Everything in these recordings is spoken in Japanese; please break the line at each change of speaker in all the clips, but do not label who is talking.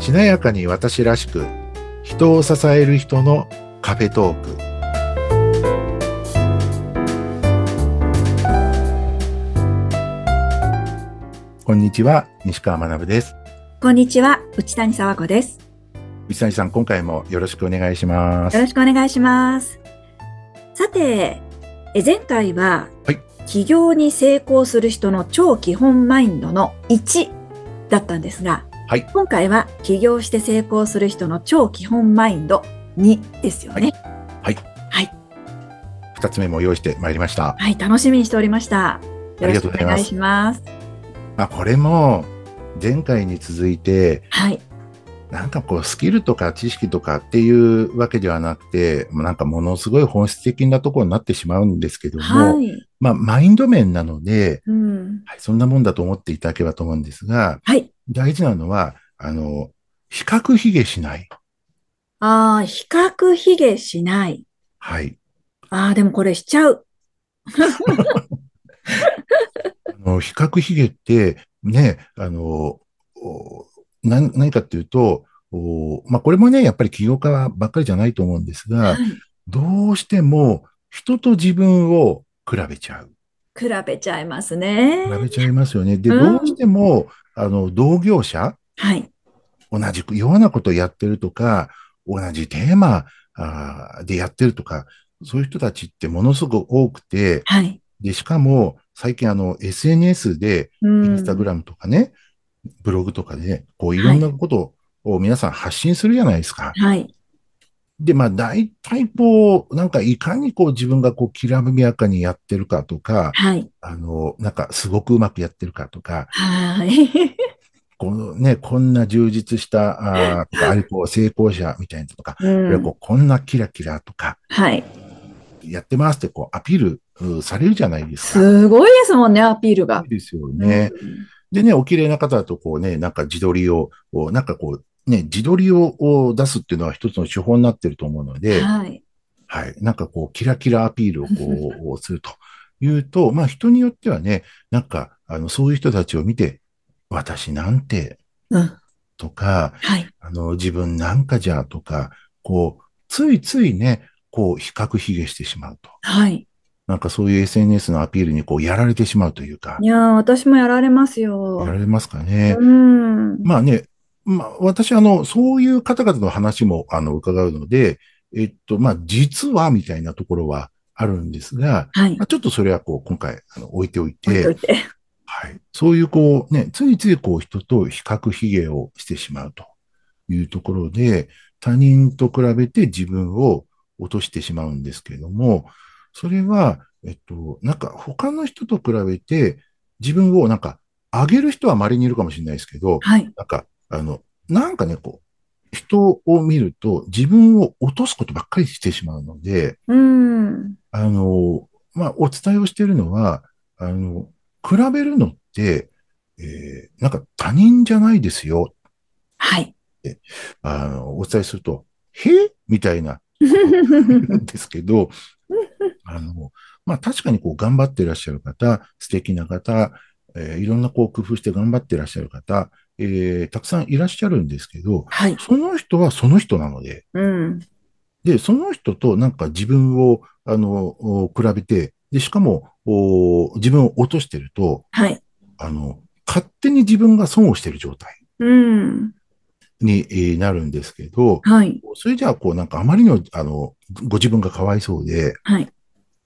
華やかに私らしく人を支える人のカフェトークこんにちは西川学です
こんにちは、内谷沢子です。
内谷さん今回もよろしくお願いしま
よ
す
ろしくお願いします。さて、え前回は、
はい
起業に成功する人の超基本マインドの1だったんですが、
はい
今回は起業して成功する人の超基本マインド2ですよね。
二つ目も用意してまいりました
はい、楽しみにしておりました。よろしくお願いします。
まあこれも前回に続いて
はい、
なんかこうスキルとか知識とかっていうわけではなくてもうなんかものすごい本質的なところになってしまうんですけども、
はい、
まあマインド面なので、
うん、
はい、そんなもんだと思っていただければと思うんですが、
はい。
大事なのは、あの、比較卑下しない。
ああ、比較卑下しない。
はい。
ああ、でもこれしちゃう。
あの比較卑下って、ね、あの、おな何かっていうと、おまあ、これもね、やっぱり起業家ばっかりじゃないと思うんですが
は、い
どうしても人と自分を比べちゃう。
比べちゃいますね。
比べちゃいますよね。で、
うん
どうしても、あの、同業者、
はい。
同じようなことをやってるとか、同じテーマあーでやってるとか、そういう人たちってものすごく多くて、
はい。
で、しかも最近あの SNS で、
う
イ
ん
ンスタグラムとかね、ブログとかで、こういろんなことを皆さん発信するじゃないですか。
はい。
で、まあ大体こう、なんかいかにこう自分がこうきらびやかにやってるかとか、
はい。
あの、なんかすごくうまくやってるかとか、
はい。
このね、こんな充実した、あーとか、あれこう成功者みたいなのとか、
う
これ
ん
こうこんなキラキラとか、
はい。
やってますってこうアピールうんされるじゃないですか。
すごいですもんね、アピールが
い。いですよね。でね、お綺麗な方だとこうね、なんか自撮りを、こうなんかこう、ね、自撮りをこう出すっていうのは一つの手法になってると思うの
うん
で、
はい。
はい、なんかこう、キラキラアピールを こうするというと、まあ人によってはね、なんか、あの、そういう人たちを見て、私なんて
うん。
とか、
はい。
あの、自分なんかじゃとか、こう、ついついね、こう、比較卑下してしまうと。
はい。
なんかそういう SNS のアピールにこうやられてしまうというか
い、やー、私もやられます
や
よ
ら。れますかね。
うん。
まあね、まあ私あの、そういう方々の話もあの伺うので、えっと、まあ実はみたいなところはあるんですが、
はい
まあ、。ちょっとそれはこう今回あの置いておい
置いとい
て、
て
はい。そういうこうね、ついついこう人と比較卑下をしてしまうというところで、他人と比べて自分を落としてしまうんですけれども、それは、えっと、なんか他の人と比べて自分をなんか上げる人は稀にいるかもしれないですけど、
はい。
なんか、あの、なんかね、こう、人を見ると自分を落とすことばっかりしてしまうので、
うん。
あの、まあ、お伝えをしているのは、あの、比べるのって、えーなんか他人じゃないですよ。
はい。
あの、お伝えすると、へみたいな、ですけど、あの、まあ、確かにこう、頑張っていらっしゃる方、素敵な方、えーいろんなこう、工夫して頑張っていらっしゃる方、えーたくさんいらっしゃるんですけど、
はい。
その人はその人なので、
うん。
で、その人となんか自分を、あの、お比べて、で、しかも、お自分を落としてると、
はい。
あの、勝手に自分が損をしてる状態
うん。
にえーなるんですけど、
はい。
それじゃあ、こう、なんかあまりの、あの、ご自分がかわいそうで、
はい。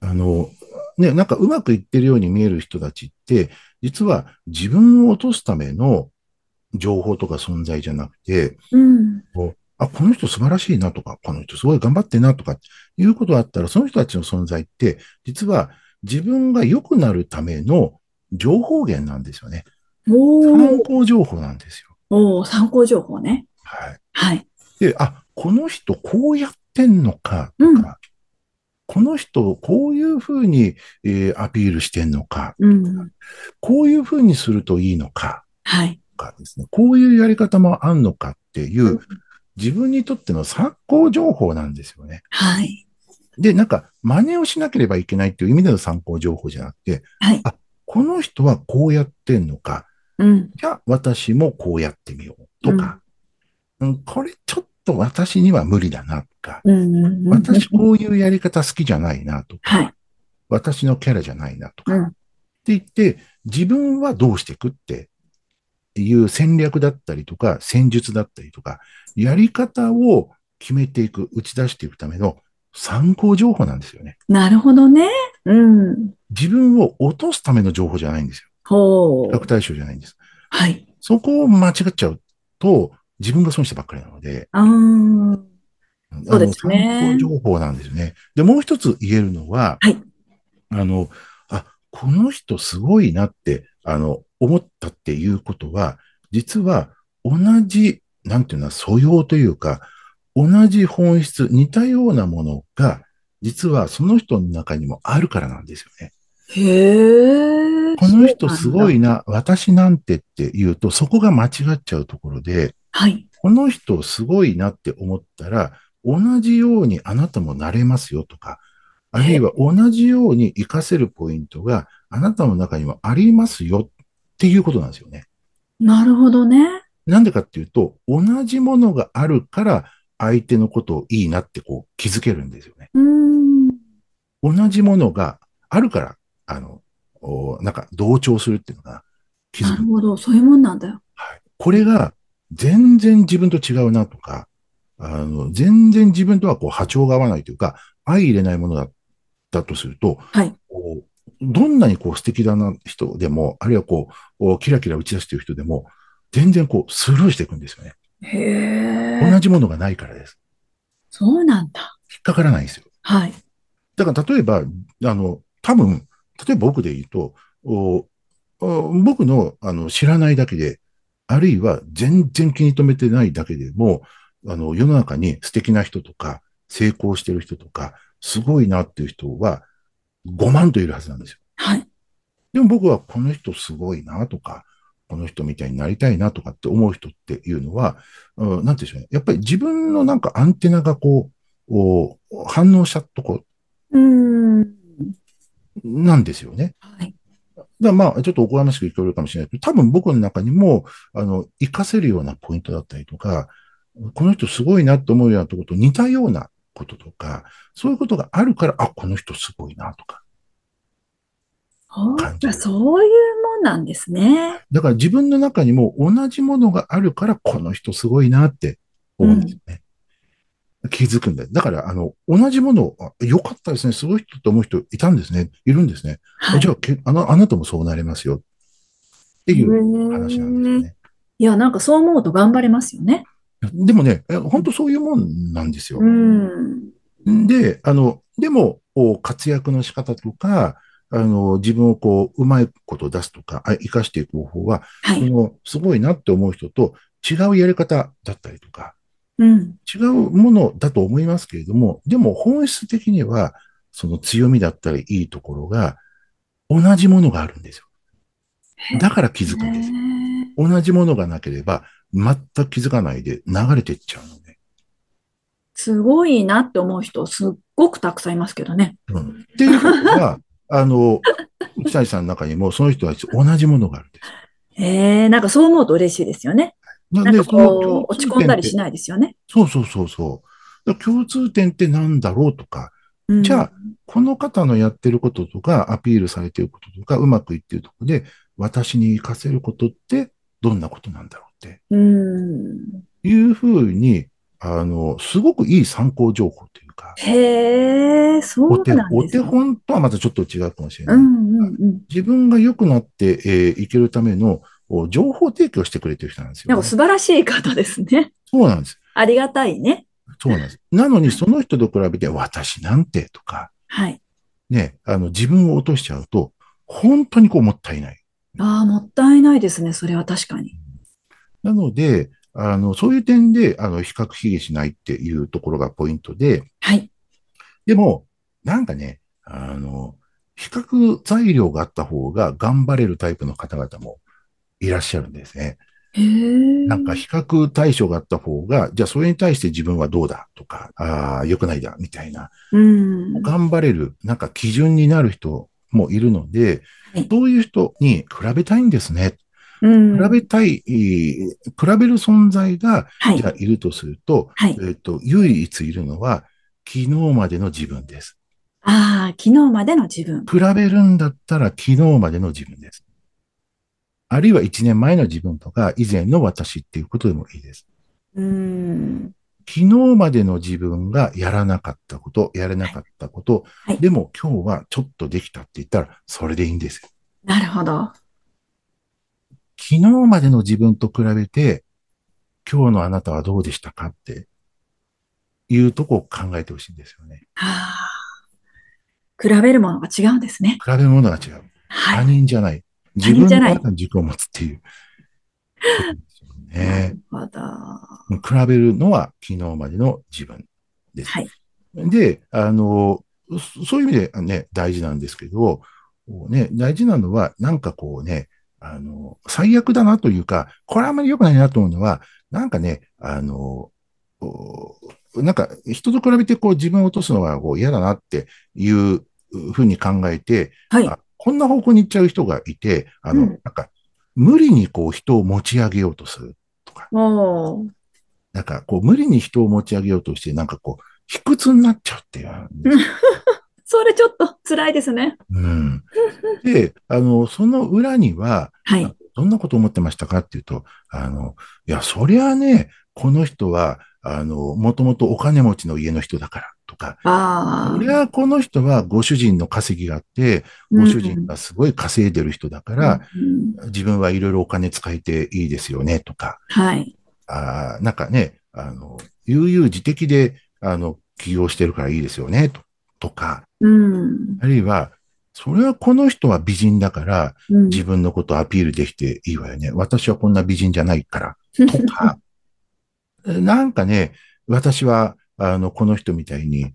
あの、ね、なんかうまくいってるように見える人たちって、実は自分を落とすための情報とか存在じゃなくて、
うん。
あ、この人素晴らしいなとか、この人すごい頑張ってんなとか、いうことがあったら、その人たちの存在って、実は自分が良くなるための情報源なんですよね。参
おー。
考情報なんですよ。
おー、参考情報ね。
はい。
はい。
で、あ、この人こうやってんのかと
うん
か、この人こういうふうに、えーアピールしてんのか、
うん。
こういうふうにするといいのか、
はい。、
とかですね、こういうやり方もあんのかっていううん自分にとっての参考情報なんですよね。
はい。
で、なんか、真似をしなければいけないっていう意味での参考情報じゃなくて、
はい
あ、この人はこうやってんのか、
うん。
じゃあ私もこうやってみようとか、うんこれちょっと私には無理だなとか、
うんうんうん。
私こういうやり方好きじゃないなとか、
はい。
私のキャラじゃないなとか、
うん
って言って、自分はどうしていくっていう戦略だったりとか、戦術だったりとか、やり方を決めていく、打ち出していくための参考情報なんですよね。
なるほどね。うん。
自分を落とすための情報じゃないんですよ。
ほ
比較
う。
対象じゃないんです。
はい。
そこを間違っちゃうと、自分が損したばっかりなので、
あーそうです
あの
ね
参考情報なんですよね。で、もう一つ言えるのは、
はい
あの、あ、この人すごいなって、あの、思ったっていうことは、実は同じ、なんていうのは素養というか、同じ本質、似たようなものが、実はその人の中にもあるからなんですよね。
へえ。
この人すご
い。
いな、私なんてって言うと、そこが間違っちゃうところで、
はい。
この人すごいなって思ったら、同じようにあなたもなれますよとか、あるいは同じように活かせるポイントがあなたの中にもありますよっていうことなんですよね。
なるほどね。
なんでかっていうと、同じものがあるから相手のことをいいなってこう気づけるんですよね。
うーん。
同じものがあるから、あの、おなんか同調するっていうのが気づ
な
く
る。ほど。そういうもんなんだよ。
はいこれが全然自分と違うなとか、あの、全然自分とはこう波長が合わないというか、相入れないものだったとすると、
はい
こうどんなにこう素敵だな人でも、あるいはこう、おキラキラ打ち出している人でも、全然こうスルーしていくんですよね。
へ
同
え。
じものがないからです。
そうなんだ。
引っかからないんですよ。
はい。
だから例えば、あの、多分、例えば僕で言うと、おお僕のあの知らないだけで、あるいは全然気に留めてないだけでも、あの、世の中に素敵な人とか、成功してる人とか、すごいなっていう人は5万といるはずなんですよ。
はい。
でも僕はこの人すごいなとか、この人みたいになりたいなとかって思う人っていうのは、うん、なんていうんでしょうね。やっぱり自分のなんかアンテナがこう、お反応しちゃったとこ
うーん。
なんですよね。
はい。
だからまあ、ちょっとおこがましく聞こえるかもしれないけど、多分僕の中にも、あの、活かせるようなポイントだったりとか、この人すごいなと思うようなとこと似たようなこととか、そういうことがあるから、あ、この人すごいなとか。
ほう
感じる
そういうもんなんですね。
だから自分の中にも同じものがあるから、この人すごいなって思うんですよね。気づくんだよ。だから、あの、同じものを、あ良かったですね。すごい人と思う人いたんですね。いるんですね。
はい。
じゃあけあの、あなたもそうなれますよ。っていう話なんですよ
へ
ね
ー。いや、なんかそう思うと頑張れますよね。
でもね、え本当そういうもんなんですよ
う。ん。
で、あの、でも、こう活躍の仕方とか、あの、自分をこう、うまいこと出すとか、あ生かしていく方法は、
は
そ
い。
の、すごいなって思う人と違うやり方だったりとか、
うん。
違うものだと思いますけれども、でも本質的には、その強みだったりいいところが、同じものがあるんですよ。だから気づくんですよ。
へー
同じものがなければ、全く気づかないで流れていっちゃうので。
すごいなって思う人、すっごくたくさんいますけどね。
うんっていうことは、あの、北西さんの中にも、その人たち同じものがあるんです。
ええ、なんかそう思うと嬉しいですよね。
な
なんかこ
共通
う、
点
落ち
って
込んだりしないですよね。
そうそうそうそう。だから共通点ってなんだろうとか、
うん
じゃあ、この方のやってることとか、アピールされてることとか、うまくいってるところで、私に活かせることって、どんなことなんだろうって
うん。
いうふうに、あの、すごくいい参考情報というか、
へえ、そ
お
う
手
なん
お
です
手
よ。
本とはまたちょっと違うかもしれな
う
い。
んうんうん。
自分が良くなって、えーいけるためのお情報提供してくれてる人なんですよ、
なん
ね。
か素晴らしい方ですね。
そうなんです。
ありがたいね。
そうなんです。なのに、その人と比べて、私なんてとか、
はい。
ね、あの、自分を落としちゃうと、本当にこう、もったいない。
ああ、もったいないですね。それは確かに。
なので、あの、そういう点で、あの、比較卑下しないっていうところがポイントで、
はい。
でも、なんかね、あの、比較材料があった方が頑張れるタイプの方々もいらっしゃるんですね。
へえ。
なんか比較対象があった方が、じゃあそれに対して自分はどうだとか、ああ、良くないだ、みたいな、
うん。
頑張れる、なんか基準になる人もいるので
はい、
そういう人に比べたいんですね。
うん。
比べたい、えー比べる存在が、
はい
じゃ。あいるとすると、
はい。
えっと、唯一いるのは、昨日までの自分です。
ああ、昨日までの自分。
比べるんだったら昨日までの自分です。あるいは1年前の自分とか、以前の私っていうことでもいいです。
うん。
昨日までの自分がやらなかったこと、やれなかったこと、
はいはい
でも今日はちょっとできたって言ったら、それでいいんです。
なるほど。
昨日までの自分と比べて、今日のあなたはどうでしたかっていうとこを考えてほしいんですよね。
ああ。比べるものが違うんですね。
比べるものが違う。
は
他
い。
人じゃない。自
他人
分
じゃ
の
ない
中に軸を持つっていうことですよ
な
ね。
るほど。
比べるのは昨日までの自分。
はい。
で、あの、そそういう意味でね、大事なんですけど、こうね、大事なのは、なんかこうね、あの、最悪だなというか、これはあんまり良くないなと思うのは、なんかね、あの、こうなんか人と比べてこう自分を落とすのがこう嫌だなっていうふうに考えて、
はい。
あこんな方向に行っちゃう人がいて、あの、
うん
なんか、無理にこう人を持ち上げようとするとか、
おー。
なんかこう無理に人を持ち上げようとして、なんかこう、卑屈になっちゃうっていう話
それちょっと辛いですね。
うん。で、あの、その裏には、
は
あ
い。
どんなこと思ってましたかっていうと、あの、いや、そりゃあね、この人は、あの、もともとお金持ちの家の人だからとか、
あ
そり
あ。
ゃあこの人はご主人の稼ぎがあって、ご主人がすごい稼いでる人だから、
うんうん
自分はいろいろお金使えていいですよねとか、
はい。
あーなんかね、あの、悠々自適で、あの、起業してるからいいですよねととか、
うん。
あるいは、それはこの人は美人だから、
うん
自分のことをアピールできていいわよね。私はこんな美人じゃない から。とか、なんかね、私は、あの、この人みたいに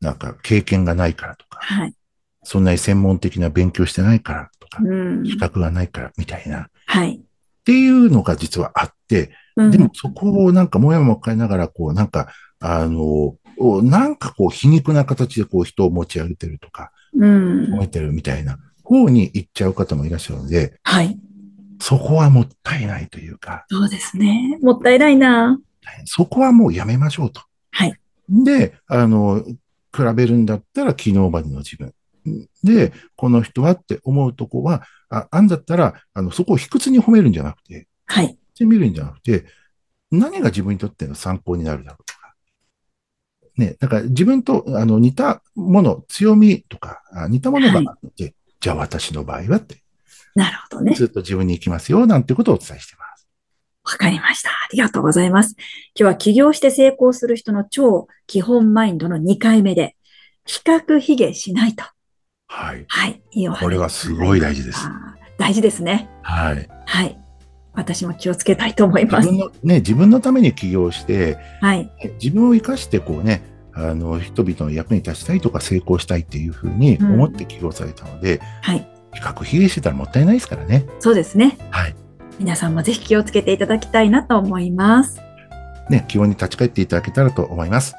なんか経験がないからとか、
はい。
そんなに専門的な勉強してないからとか、
うん
資格がないからみたいな、っ
はい。
ていうのが実はあって、
うん
でもそこをなんかもやもや変えながら、こう、なんか、あの、おなんかこう皮肉な形でこう人を持ち上げてるとか、
うん
褒。めてるみたいな方に行っちゃう方もいらっしゃるので、
はい。
そこはもったいないというか、
そうですね。もったいないな。
そこはもうやめましょうと。
はい。
で、あの、比べるんだったら昨日までの自分。で、この人はって思うとこは、あ、あんだったら、あの、そこを卑屈に褒めるんじゃなくて、
はい。
してみるんじゃなくて、何が自分にとっての参考になるだろうとか。ね、だから自分とあの似たもの、強みとか、あ似たものがあって、じゃあ私の場合はって、
なるほどね。
ずっと自分に行きますよ、なんてことをお伝えしてます。
わかりました。ありがとうございます。今日は起業して成功する人の超基本マインドの2回目で、比較卑下しないと。
はい。
はい。いいお話
これはすごい大事です
あー大事ですね。
はい。
はい。私も気をつけたいと思いま
自
す。
分の、ね、自分のために起業して、
はい。
自分を生かしてこうね、あの、人々の役に立ちたいとか成功したいっていうふうに
うん
思って起業されたので、
はい。
比較比例してたらもったいないですからね。
そうですね。
はい。
皆さんもぜひ気をつけていただきたいなと思います。
ね、基本に立ち返っていただけたらと思います。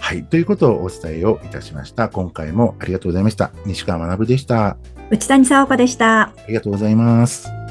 はい。ということをお伝えをいたしました。今回もありがとうございました。西川学でした。あ
内谷沙和子でした。
りがとうございます。